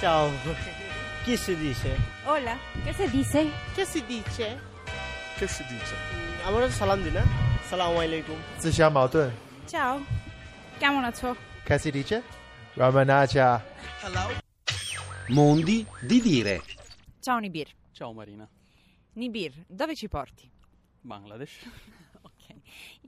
Ciao. Chi si dice? Hola, ¿qué se dice? Che si dice? Che si dice? আমরা সালাম দিই না সালাম আলাইকুম 自相矛盾。 Ciao. Chiamo una ciò. Che si dice? Ramanaja. Mondi di dire. Ciao Nibir. Ciao Marina, Nibir, dove ci porti? Bangladesh. Ok.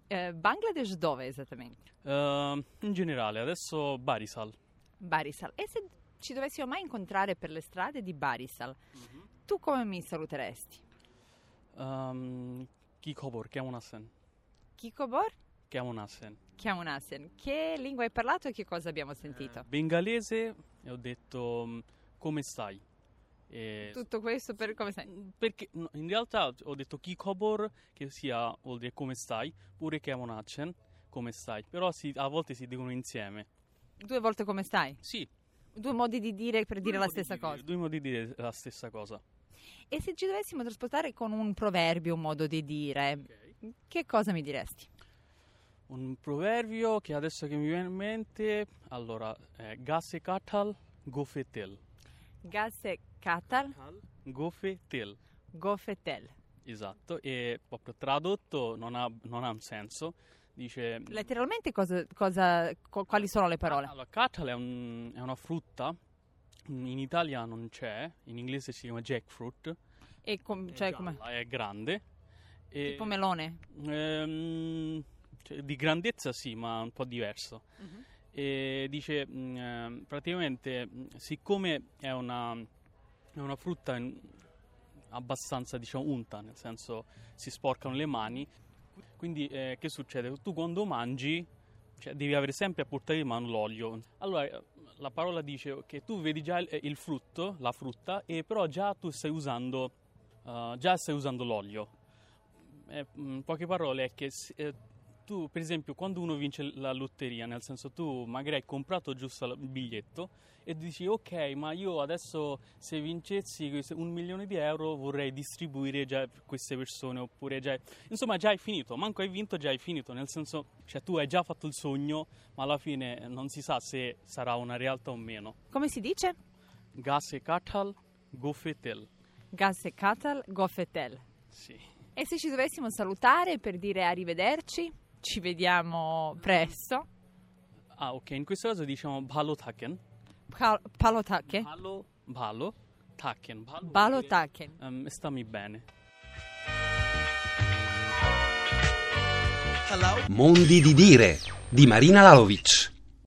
Eh, Bangladesh dove esattamente? Ehm, in generale, adesso Barisal. Barisal. E se ci dovessimo mai incontrare per le strade di Barisal, tu come mi saluteresti? Ehm, chi cobor, chiamo Nassen. Kikobor? Chiamo Nassen. Kyamunasen. Che lingua hai parlato e che cosa abbiamo sentito? Bengalese e ho detto mm, come stai? E- mm, Tutto questo per come sai? Perché no, in realtà ho detto chi cobor, che sia vuol dire come stai, pure chiamo Nassen, come stai. Però si- a volte si dicono insieme. Due volte come stai? Sì. Due modi di dire per dire la due modi di stessa dire- cosa. Due modi di dire la stessa cosa. E se ci dovessimo trasportare con un proverbio, un modo di dire, che cosa mi diresti? Un proverbio che adesso che mi viene in mente, allora, è Gasse Katal, Gofe Tel. Gasse Katal Gofe Tel, Gofetel. esatto, e proprio tradotto non ha, non ha un senso, dice... Letteralmente cosa, cosa- co- quali sono le parole? Allora, Katal è, un- è una frutta, in Italia non c'è, in inglese si chiama jackfruit, E com- è cioè gialla, come? è grande. e- Tipo melone. Ehm, cioè, di grandezza sì, ma un po' diverso. Mhm. E dice mh, ehm, praticamente, mh, siccome è una, è una frutta in- abbastanza diciamo unta, nel senso si sporcano le mani, quindi eh, che succede? Tu quando mangi cioè, devi avere sempre a portare in mano l'olio. Allora eh, la parola dice che tu vedi già il, il frutto, la frutta, e però già tu stai usando, eh, già stai usando l'olio. Eh, in poche parole è che se- eh, tu, per esempio, quando uno vince la lotteria, nel senso tu magari hai comprato giusto il biglietto e dici ok, ma io adesso se vincessi questo- un milione di euro vorrei distribuire già per queste persone oppure già... Insomma, già hai finito, manco hai vinto, già hai finito, nel senso, cioè tu hai già fatto il sogno, ma alla fine eh, non si sa se sarà una realtà o meno. Come si dice? Gas e Katal, Gofetel. Gasse Katal Gofetel. Sì. E se ci dovessimo salutare per dire arrivederci, ci vediamo presto. Ah, ok, in questo caso diciamo Balotaken. Pal- Palotake. Balo, balo, taken. Balo, Balotake. Ehm, stammi bene. Mondi di dire. Di Marina Lalovic.